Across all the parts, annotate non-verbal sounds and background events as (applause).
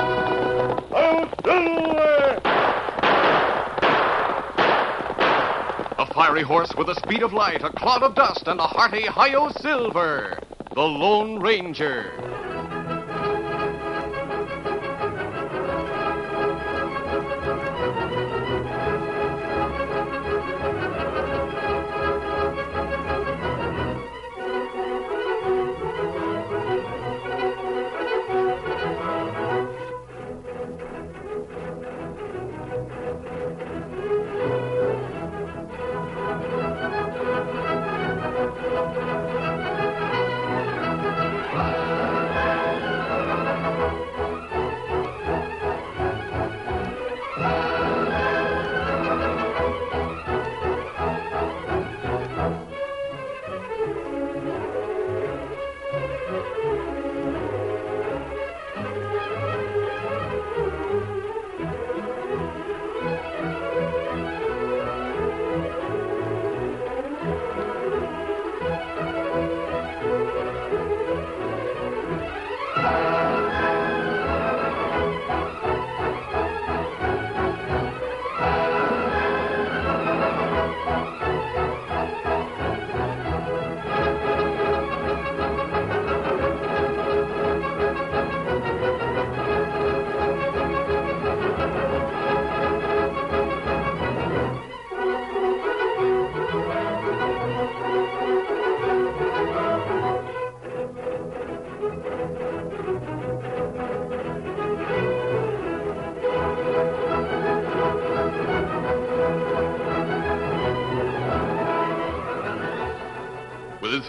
Oh, Silver! A fiery horse with the speed of light, a cloud of dust, and a hearty Hio Silver, the Lone Ranger. With his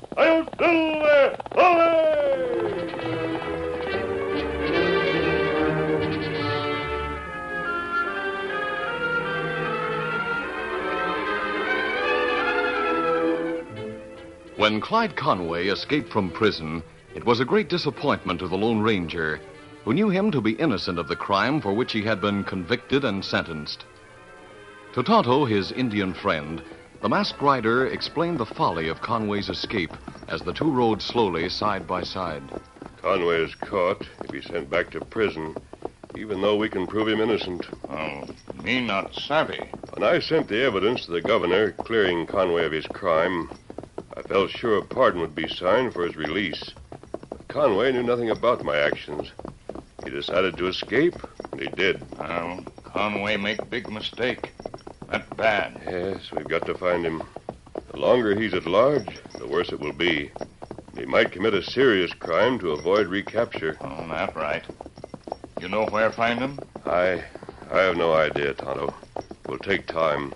I'll Silver! Away! When Clyde Conway escaped from prison, it was a great disappointment to the Lone Ranger, who knew him to be innocent of the crime for which he had been convicted and sentenced. To Tonto, his Indian friend, the masked rider explained the folly of Conway's escape as the two rode slowly side by side. Conway is caught. He'll be sent back to prison, even though we can prove him innocent. Oh, me not savvy. When I sent the evidence to the governor, clearing Conway of his crime, I felt sure a pardon would be signed for his release. But Conway knew nothing about my actions. He decided to escape, and he did. Well, Conway make big mistake. That bad. Yes, we've got to find him. The longer he's at large, the worse it will be. He might commit a serious crime to avoid recapture. Oh, that right. You know where find him? I I have no idea, Tonto. It will take time.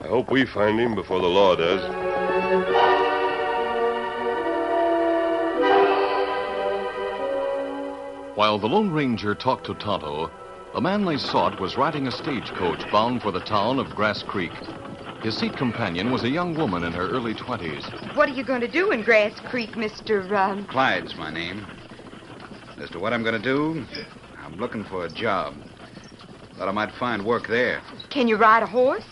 I hope we find him before the law does. While the Lone Ranger talked to Tonto, the man they sought was riding a stagecoach bound for the town of Grass Creek. His seat companion was a young woman in her early 20s. What are you going to do in Grass Creek, Mr. Um, Clyde's my name. As to what I'm going to do, I'm looking for a job. Thought I might find work there. can you ride a horse?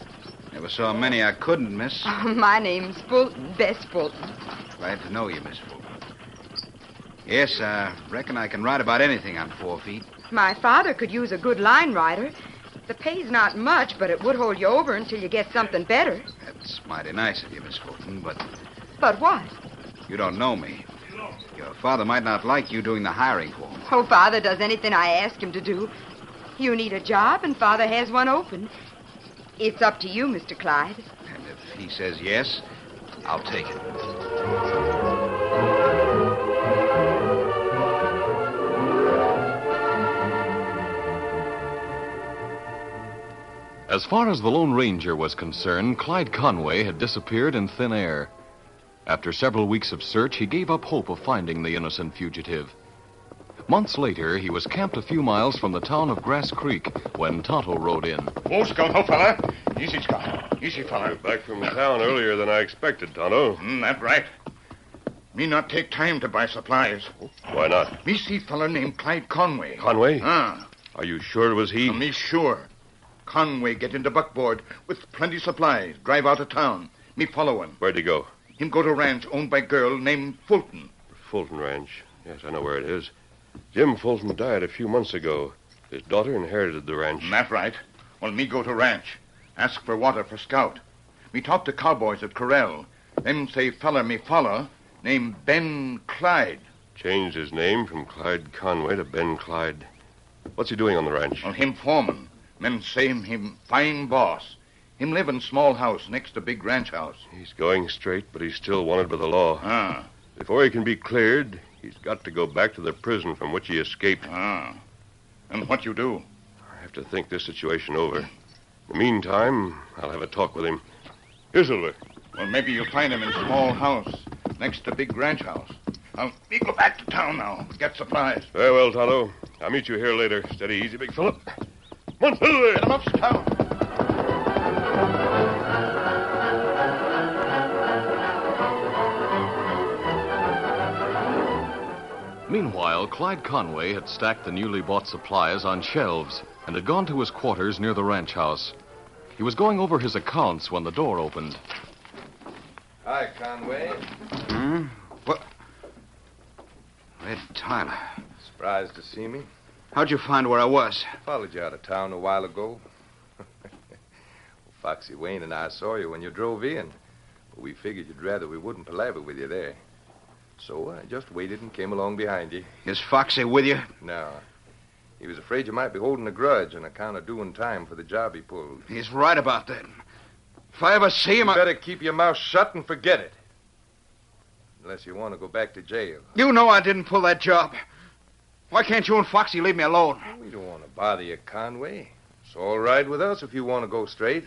Never saw many I couldn't miss. (laughs) Oh, my name's Fulton, Bess Fulton. Glad to know you, Miss Fulton. Yes, I reckon I can ride about anything on four feet. My father could use a good line rider. The pay's not much, but it would hold you over until you get something better. That's mighty nice of you, Miss Fulton, but But what? you don't know me. Your father might not like you doing the hiring for him. Oh, father does anything I ask him to do. You need a job, and father has one open. It's up to you, Mr. Clyde. And if he says yes, I'll take it. As far as the Lone Ranger was concerned, Clyde Conway had disappeared in thin air. After several weeks of search, he gave up hope of finding the innocent fugitive. Months later, he was camped a few miles from the town of Grass Creek when Tonto rode in. Whoa, Scott, Oh, no, fella. Easy, Scott. Easy, fella. You're back from town earlier than I expected, Tonto. Mm, that right. Me not take time to buy supplies. Oh, Why not? Me see fella named Clyde Conway. Conway? Ah, Are you sure it was he? me sure. Conway get into buckboard with plenty supplies, drive out of town. Me follow him. Where'd he go? Him go to ranch owned by girl named Fulton. Fulton Ranch. Yes, I know where it is. Jim Fulton died a few months ago. His daughter inherited the ranch. Mm, That right. Well, me go to ranch. Ask for water for scout. Me talk to cowboys at corral. Them say feller me follow, named Ben Clyde. Changed his name from Clyde Conway to Ben Clyde. What's he doing on the ranch? Well, him foreman. Men say him fine boss. Him live in small house next to big ranch house. He's going straight, but he's still wanted by the law. Ah, Before he can be cleared, he's got to go back to the prison from which he escaped. ah. And what you do? I have to think this situation over. In the meantime, I'll have a talk with him. Here, Silver. Well, maybe you'll find him in small house next to big ranch house. I'll me go back to town now. Get supplies. Very well, Tonto. I'll meet you here later. Steady, easy, big fella. Come on, Silver. Get him up to town. Meanwhile, Clyde Conway had stacked the newly bought supplies on shelves and had gone to his quarters near the ranch house. He was going over his accounts when the door opened. Hi, Conway. Red Tyler. Surprised to see me. How'd you find where I was? Followed you out of town a while ago. (laughs) Foxy Wayne and I saw you when you drove in. But we figured you'd rather we wouldn't palaver with you there. So I just waited and came along behind you. Is Foxy with you? No. He was afraid you might be holding a grudge on account of doing time for the job he pulled. He's right about that. If I ever see You him, I... better keep your mouth shut and forget it. Unless you want to go back to jail. You know I didn't pull that job. Why can't you and Foxy leave me alone? We don't want to bother you, Conway. It's all right with us if you want to go straight.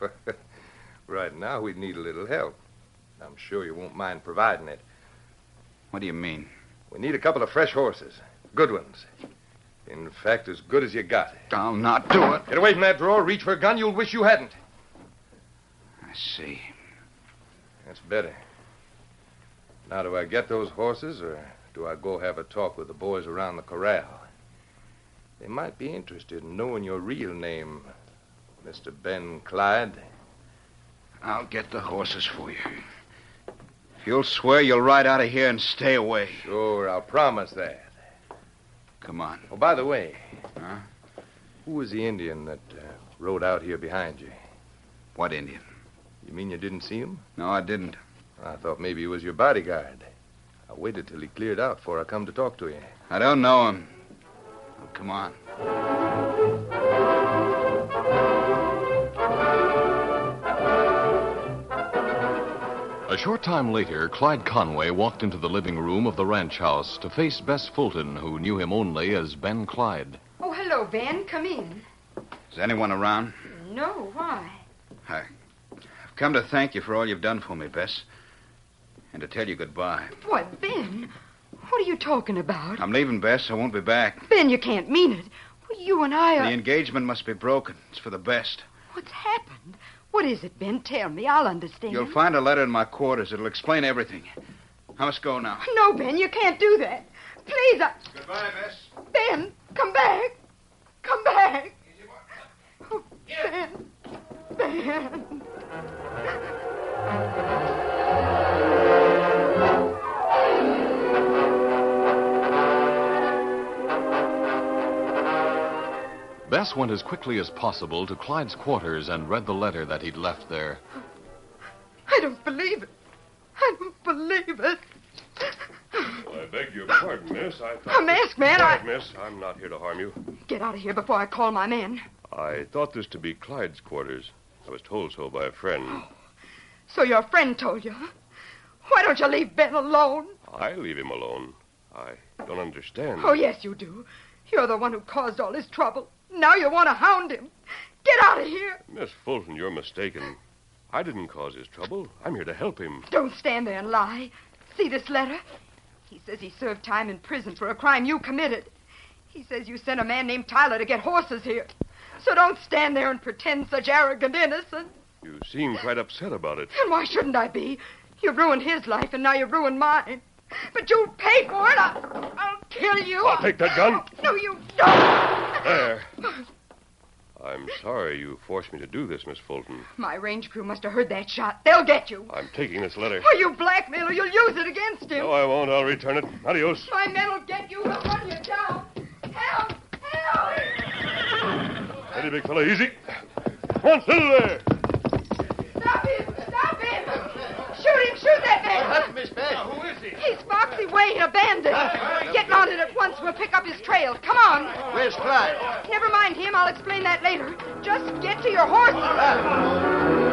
(laughs) right now, we'd need a little help. I'm sure you won't mind providing it. What do you mean? We need a couple of fresh horses. Good ones. In fact, as good as you got. I'll not do it. Get away from that drawer. Reach for a gun. You'll wish you hadn't. I see. That's better. Now, do I get those horses, or do I go have a talk with the boys around the corral? They might be interested in knowing your real name, Mr. Ben Clyde. I'll get the horses for you. If you'll swear you'll ride out of here and stay away. Sure, I'll promise that. Come on. Oh, by the way, Huh? who was the Indian that uh, rode out here behind you? What Indian? You mean you didn't see him? No, I didn't. I thought maybe he was your bodyguard. I waited till he cleared out before I come to talk to you. I don't know him. Oh, come on. A short time later, Clyde Conway walked into the living room of the ranch house to face Bess Fulton, who knew him only as Ben Clyde. Oh, hello, Ben. Come in. Is anyone around? No, why? I've come to thank you for all you've done for me, Bess. And to tell you goodbye. Why, Ben? What are you talking about? I'm leaving, Bess. I won't be back. Ben, you can't mean it. Well, you and I The are. engagement must be broken. It's for the best. What's happened? What is it, Ben? Tell me. I'll understand. You'll find a letter in my quarters. It'll explain everything. I must go now. No, Ben, you can't do that. Please, I... Goodbye, Bess. Ben, come back. Come back. Oh, Ben. Ben. Bess went as quickly as possible to Clyde's quarters and read the letter that he'd left there. I don't believe it. I don't believe it. Well, I beg your pardon, miss. I thought. A mask, man. Quiet, Oh, I... miss. I'm not here to harm you. Get out of here before I call my men. I thought this to be Clyde's quarters. I was told so by a friend. So your friend told you, huh? Why don't you leave Ben alone? I leave him alone. I don't understand. Oh, yes, you do. You're the one who caused all this trouble. Now you want to hound him. Get out of here. Miss Fulton, you're mistaken. I didn't cause his trouble. I'm here to help him. Don't stand there and lie. See this letter? He says he served time in prison for a crime you committed. He says you sent a man named Tyler to get horses here. So don't stand there and pretend such arrogant innocence. You seem quite upset about it. And why shouldn't I be? You ruined his life, and now you ruined mine. But you'll pay for it. I'll, I'll kill you. I'll take that gun. No, you don't. There. I'm sorry you forced me to do this, Miss Fulton. My range crew must have heard that shot. They'll get you. I'm taking this letter. Or you blackmailer, you'll use it against him. No, I won't. I'll return it. Adios. My men will get you. They'll run you down. Help! Help! Steady, big fella. Easy. One, two, there. Stop him! Stop him! Shoot him! Shoot that man! That's Miss Who is he? He's Foxy Wayne, a bandit. Get mounted at once. We'll pick up his trail. Come on. Where's Clyde? Never mind him. I'll explain that later. Just get to your horses.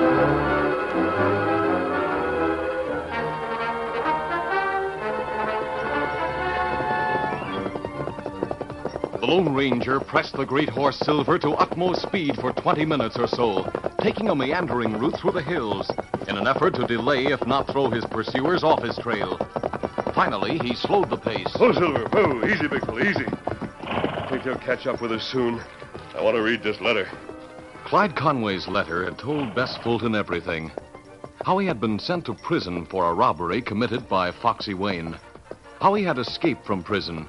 The Lone Ranger pressed the great horse Silver to utmost speed for 20 minutes or so, taking a meandering route through the hills in an effort to delay, if not throw his pursuers off his trail. Finally, he slowed the pace. Oh, Silver. Oh, easy, big fella. Easy. Think you'll catch up with us soon. I want to read this letter. Clyde Conway's letter had told Bess Fulton everything. How he had been sent to prison for a robbery committed by Foxy Wayne. How he had escaped from prison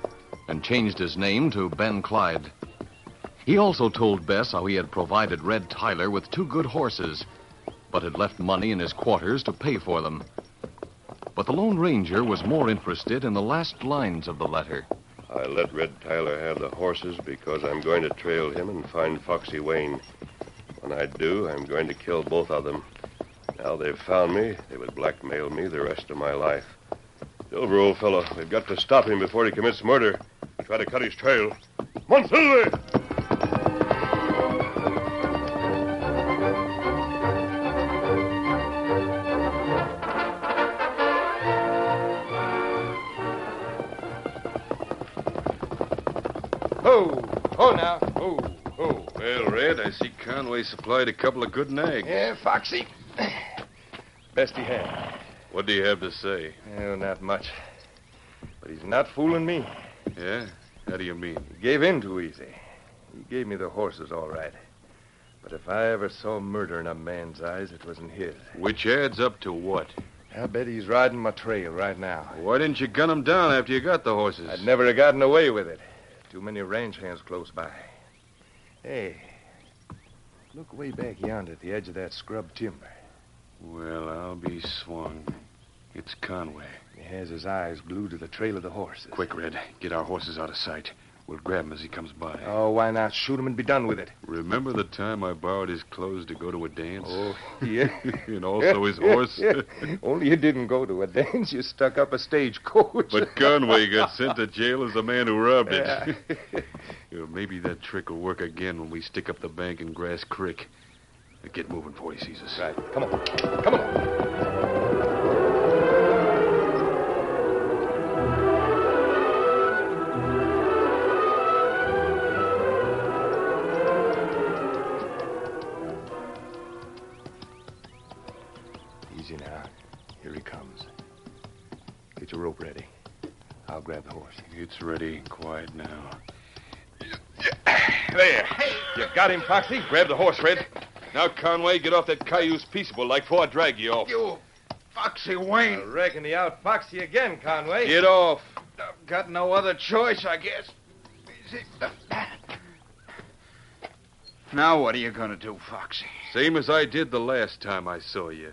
and changed his name to Ben Clyde. He also told Bess how he had provided Red Tyler with two good horses, but had left money in his quarters to pay for them. But the Lone Ranger was more interested in the last lines of the letter. I let Red Tyler have the horses because I'm going to trail him and find Foxy Wayne. When I do, I'm going to kill both of them. Now they've found me, they would blackmail me the rest of my life. Silver, old fellow, we've got to stop him before he commits murder. Try to cut his trail. Come on, Silver! Ho! Ho now! Ho! Ho! Well, Red, I see Conway supplied a couple of good nags. Yeah, Foxy. Best he had. What do you have to say? Oh, not much. But he's not fooling me. Yeah? How do you mean? He gave in too easy. He gave me the horses all right. But if I ever saw murder in a man's eyes, it wasn't his. Which adds up to what? I bet he's riding my trail right now. Why didn't you gun him down after you got the horses? I'd never have gotten away with it. Too many ranch hands close by. Hey, look way back yonder at the edge of that scrub timber. Well, I'll be swung. It's Conway. He has his eyes glued to the trail of the horses. Quick, Red. Get our horses out of sight. We'll grab him as he comes by. Oh, why not shoot him and be done with it? Remember the time I borrowed his clothes to go to a dance? (laughs) Oh, yeah. and also (laughs) his horse? Only you didn't go to a dance. You stuck up a stagecoach. But Conway got sent to jail as the man who robbed it. (laughs) Yeah, maybe that trick will work again when we stick up the bank in Grass Creek. Now Get moving before he sees us. Right. Come on. Come on. Easy now. Here he comes. Get your rope ready. I'll grab the horse. It's ready. Quiet now. There. You got him, Foxy. Grab the horse, Red. Now, Conway, get off that cayuse peaceable like before I drag you off. You, Foxy I Wayne. reckon he outfoxed you again, Conway. Get off. I've got no other choice, I guess. Is it- Now what? What are you going to do, Foxy? Same as I did the last time I saw you.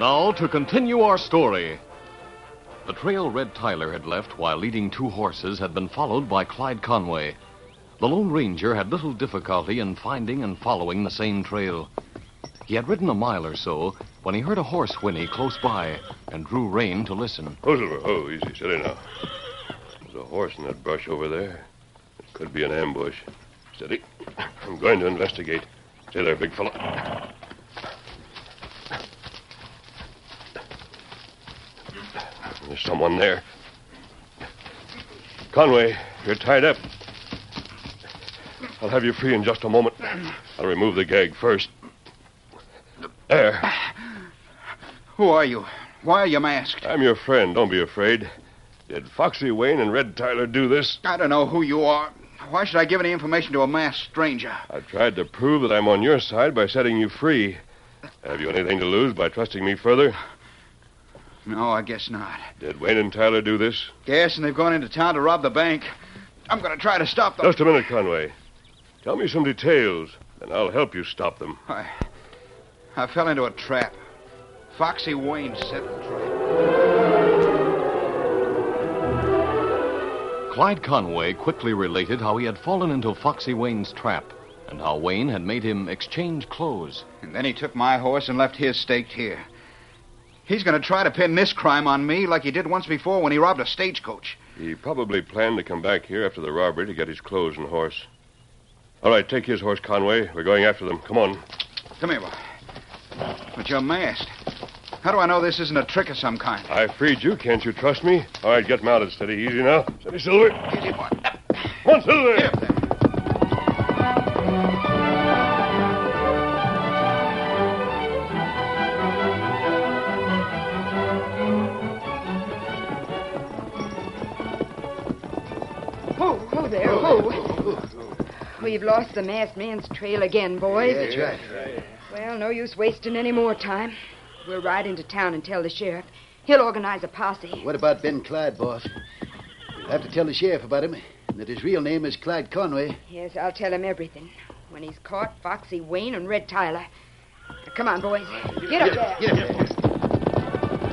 Now, to continue our story. The trail Red Tyler had left while leading two horses had been followed by Clyde Conway. The Lone Ranger had little difficulty in finding and following the same trail. He had ridden a mile or so when he heard a horse whinny close by and drew rein to listen. Hoosier, oh, easy, steady now. There's a horse in that brush over there. It could be an ambush. Steady. I'm going to investigate. Stay there, big fella. There's someone there. Conway, you're tied up. I'll have you free in just a moment. I'll remove the gag first. There. Who are you? Why are you masked? I'm your friend. Don't be afraid. Did Foxy Wayne and Red Tyler do this? I don't know who you are. Why should I give any information to a masked stranger? I tried to prove that I'm on your side by setting you free. Have you anything to lose by trusting me further? No, I guess not. Did Wayne and Tyler do this? Yes, and they've gone into town to rob the bank. I'm going to try to stop them. Just a minute, Conway. Tell me some details, and I'll help you stop them. I, I fell into a trap. Foxy Wayne set the trap. Clyde Conway quickly related how he had fallen into Foxy Wayne's trap and how Wayne had made him exchange clothes. And then he took my horse and left his staked here. He's going to try to pin this crime on me like he did once before when he robbed a stagecoach. He probably planned to come back here after the robbery to get his clothes and horse. All right, take his horse, Conway. We're going after them. Come on. Come here, boy. But you're masked. How do I know this isn't a trick of some kind? I freed you. Can't you trust me? All right, get mounted. Steady, easy now. Steady, Silver. Easy, boy. Come on, Silver. Get up there. Who? Who there? Who? We've lost the masked man's trail again, boys. Well, no use wasting any more time. We'll ride into town and tell the sheriff. He'll organize a posse. What about Ben Clyde, boss? You'll have to tell the sheriff about him, and that his real name is Clyde Conway. Yes, I'll tell him everything. When he's caught, Foxy Wayne and Red Tyler. Now, come on, boys. Get up there. Get up there.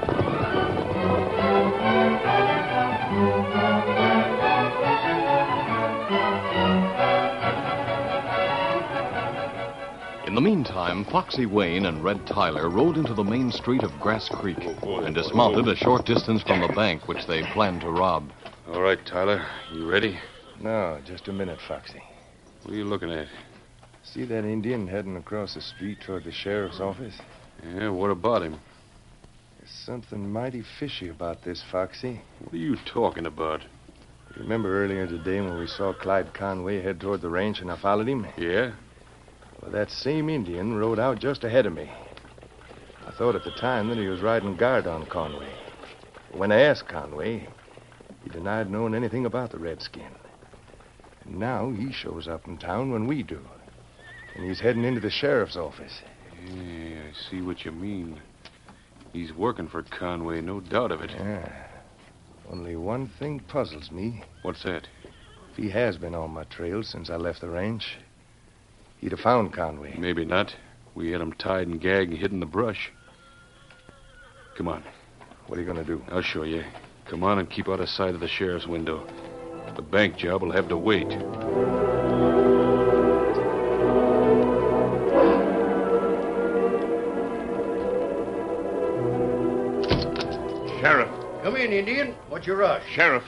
In the meantime, Foxy Wayne and Red Tyler rode into the main street of Grass Creek and dismounted a short distance from the bank which they planned to rob. All right, Tyler. You ready? No, just a minute, Foxy. What are you looking at? See that Indian heading across the street toward the sheriff's office? Yeah, what about him? There's something mighty fishy about this, Foxy. What are you talking about? Remember earlier today when we saw Clyde Conway head toward the ranch and I followed him? Yeah? Well, that same Indian rode out just ahead of me. I thought at the time that he was riding guard on Conway. When I asked Conway, he denied knowing anything about the redskin. And now he shows up in town when we do. And he's heading into the sheriff's office. Yeah, I see what you mean. He's working for Conway, no doubt of it. Yeah. Only one thing puzzles me. What's that? If he has been on my trail since I left the ranch, he'd have found Conway. Maybe not. We had him tied and gagged and hid in the brush. Come on. What are you going to do? I'll show you. Come on and keep out of sight of the sheriff's window. The bank job will have to wait. Sheriff, Come in, Indian. What's your rush? Sheriff,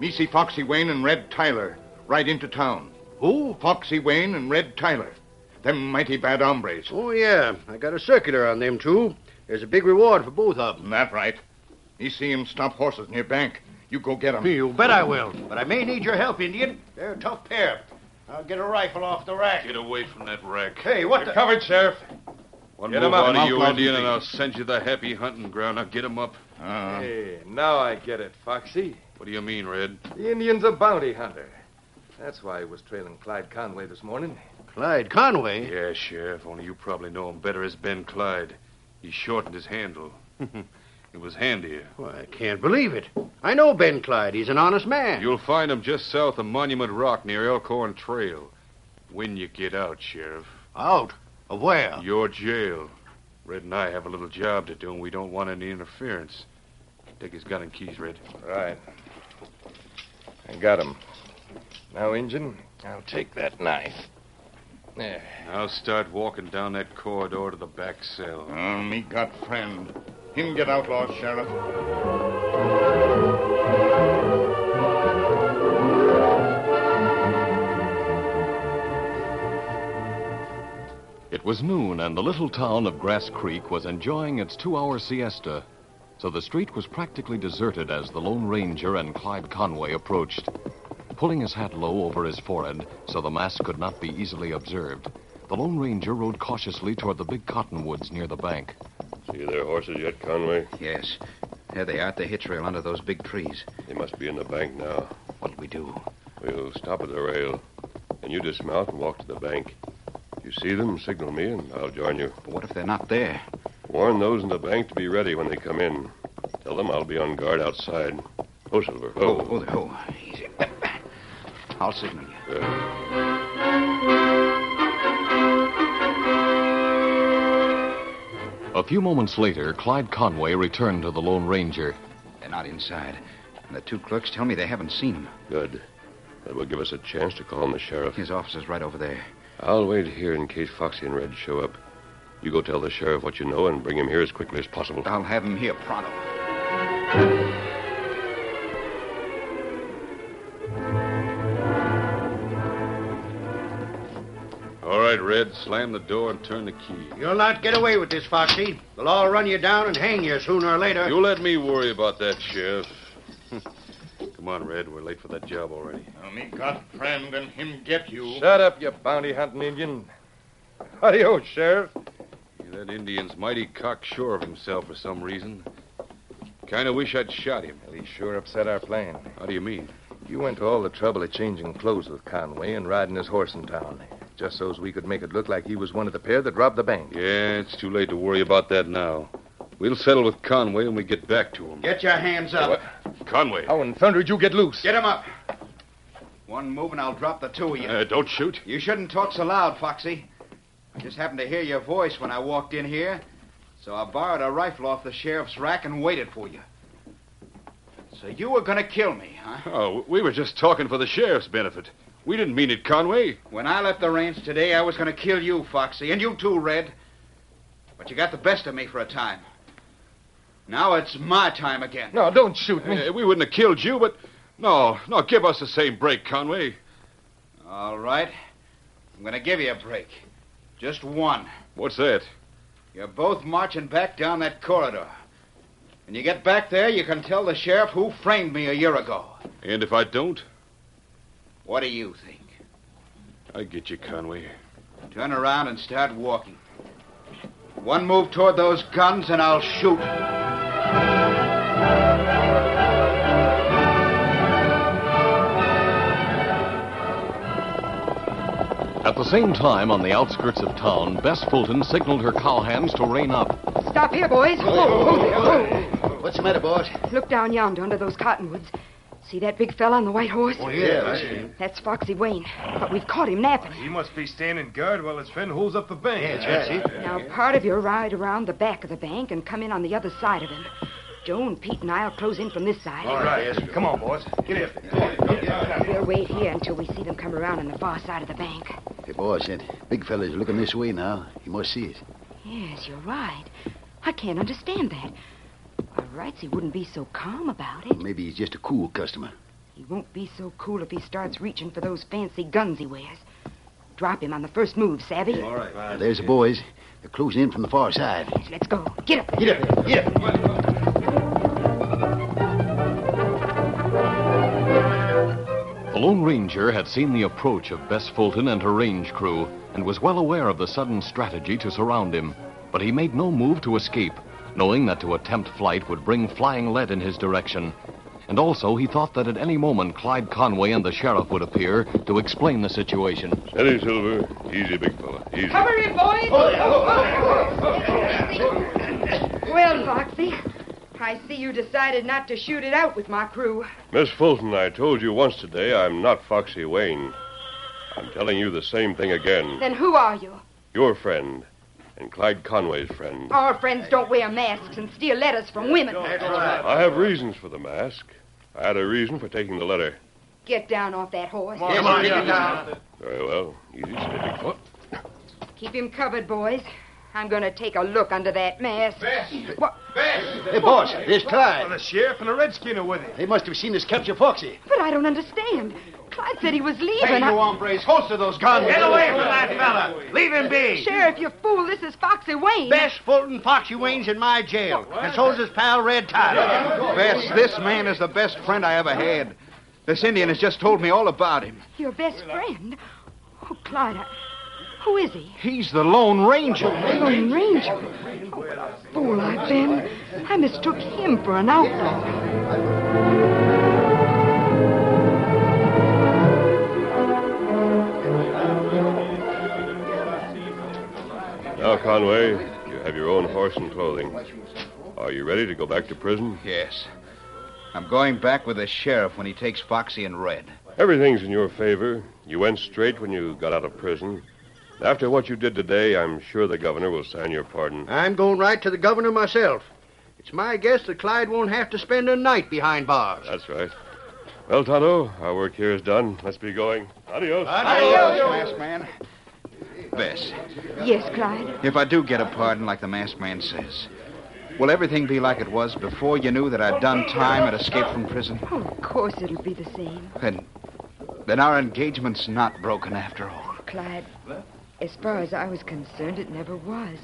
me see Foxy Wayne and Red Tyler right into town. Who? Foxy Wayne and Red Tyler. Them mighty bad hombres. Oh, yeah. I got a circular on them two. There's a big reward for both of them. That right. Me see him stop horses near bank. You go get 'em. You bet I will. But I may need your help, Indian. They're a tough pair. I'll get a rifle off the rack. Get away from that rack. Hey, what the... Covered, Sheriff. One Get more him up. out of Out you, loud, Indian, you and I'll send you the happy hunting ground. Now get him up. Ah. Hey, now I get it, Foxy. What do you mean, Red? The Indian's a bounty hunter. That's why he was trailing Clyde Conway this morning. Clyde Conway? Yeah, Sheriff, only you probably know him better as Ben Clyde. He shortened his handle. (laughs) it was handier. Why, I can't believe it. I know Ben Clyde. He's an honest man. You'll find him just south of Monument Rock near Elkhorn Trail. When you get out, Sheriff, Out? Of where? your jail. Red and I have a little job to do, and we don't want any interference. Take his gun and keys, Red. Right. I got him. Now, Injun, I'll take that knife. There. Now start walking down that corridor to the back cell. Oh, me got friend. Him get outlawed, Sheriff. It was noon, and the little town of Grass Creek was enjoying its two hour siesta, so the street was practically deserted as the Lone Ranger and Clyde Conway approached. Pulling his hat low over his forehead so the mask could not be easily observed, the Lone Ranger rode cautiously toward the big cottonwoods near the bank. See their horses yet, Conway? Yes. There they are at the hitch rail under those big trees. They must be in the bank now. What'll we do? We'll stop at the rail. And you dismount and walk to the bank. If you see them, signal me, and I'll join you. But what if they're not there? Warn those in the bank to be ready when they come in. Tell them I'll be on guard outside. Oh, Silver. Oh, oh, oh. Easy. (coughs) I'll signal you. Uh, A few moments later, Clyde Conway returned to the Lone Ranger. They're not inside. And the two clerks tell me they haven't seen him. oh. good. That will give us a chance to call on the sheriff. His officer's right over there. I'll wait here in case Foxy and Red show up. You go tell the sheriff what you know and bring him here as quickly as possible. I'll have him here pronto. All right, Red, slam the door and turn the key. You'll not get away with this, Foxy. The law will run you down and hang you sooner or later. You let me worry about that, Sheriff. (laughs) Come on, Red. We're late for that job already. Now, me got friend and him get you. Shut up, you bounty hunting Indian. Adios, Sheriff. Yeah, that Indian's mighty cocksure of himself for some reason. Kind of wish I'd shot him. Well, he sure upset our plan. How do you mean? You went to all the trouble of changing clothes with Conway and riding his horse in town, just so's we could make it look like he was one of the pair that robbed the bank. Yeah, it's too late to worry about that now. We'll settle with Conway when we get back to him. Get your hands up. Conway. How in thunder did you get loose? Get 'em up. One move and I'll drop the two of you. Uh, don't shoot. You shouldn't talk so loud, Foxy. I just happened to hear your voice when I walked in here, so I borrowed a rifle off the sheriff's rack and waited for you. So you were going to kill me, huh? Oh, we were just talking for the sheriff's benefit. We didn't mean it, Conway. When I left the ranch today, I was going to kill you, Foxy, and you too, Red. But you got the best of me for a time. Now it's my time again. No, don't shoot me. Uh, we wouldn't have killed you, but. No, no, give us the same break, Conway. All right. I'm going to give you a break. Just one. What's that? You're both marching back down that corridor. When you get back there, you can tell the sheriff who framed me a year ago. And if I don't, What do you think? I get you, Conway. Turn around and start walking. One move toward those guns, and I'll shoot. At the same time, on the outskirts of town, Bess Fulton signaled her cowhands to rein up. Stop here, boys. Oh, oh, there, oh. What's the matter, boss? Look down yonder under those cottonwoods. See that big fella on the white horse? yeah, That's Foxy Wayne. But we've caught him napping. He must be standing guard while his friend holds up the bank. Now, part of your ride around the back of the bank and come in on the other side of him. Joe and Pete and I'll close in from this side. All right, come on, boys. Get in. We'll wait here until we see them come around on the far side of the bank. Hey, boss, that big fella's looking this way now. He must see it. Yes, you're right. I can't understand that. Why, rights, he wouldn't be so calm about it. Maybe he's just a cool customer. He won't be so cool if he starts reaching for those fancy guns he wears. Drop him on the first move, Savvy. All right. Now, there's the boys. They're closing in from the far side. Let's go. Get up. Get up, get up. The Lone Ranger had seen the approach of Bess Fulton and her range crew and was well aware of the sudden strategy to surround him, but he made no move to escape, knowing that to attempt flight would bring flying lead in his direction. And also, he thought that at any moment Clyde Conway and the sheriff would appear to explain the situation. Steady, Silver. Easy, big fella. Easy. Cover him, boys. Well, Foxy, I see you decided not to shoot it out with my crew. Miss Fulton, I told you once today I'm not Foxy Wayne. I'm telling you the same thing again. Then who are you? Your friend. and Clyde Conway's friend. Our friends don't wear masks and steal letters from women. I have reasons for the mask. I had a reason for taking the letter. Get down off that horse. Come on, get down. Very well. Easy, steady. What? Keep him covered, boys. I'm going to take a look under that mask. What? Hey, boss, there's Clyde. the sheriff and a redskin are with him. They must have seen us capture Foxy. But I don't understand. Clyde said he was leaving. Hey, you I- hombres, holster those guns. Get away from that fella. Leave him be. Sheriff, you fool, this is Foxy Wayne. Bess Fulton Foxy Wayne's in my jail, and so's his pal Red Tyler. Bess, this man is the best friend I ever had. This Indian has just told me all about him. Your best friend? Oh, Clyde, I- who is he? He's the Lone Ranger. Lone Ranger. Oh, what a fool I've been. I mistook him for an outlaw. Now, Conway, you have your own horse and clothing. Are you ready to go back to prison? Yes. I'm going back with the sheriff when he takes Foxy and Red. Everything's in your favor. You went straight when you got out of prison. After what you did today, I'm sure the governor will sign your pardon. I'm going right to the governor myself. It's my guess that Clyde won't have to spend a night behind bars. That's right. Well, Tonto, our work here is done. Let's be going. Adios. Masked man. Bess, Yes, Clyde. if I do get a pardon like the masked man says, will everything be like it was before you knew that I'd done time and escaped from prison? Oh, of course it'll be the same, Then, then our engagement's not broken after all. Clyde. As far as I was concerned, it never was.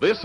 This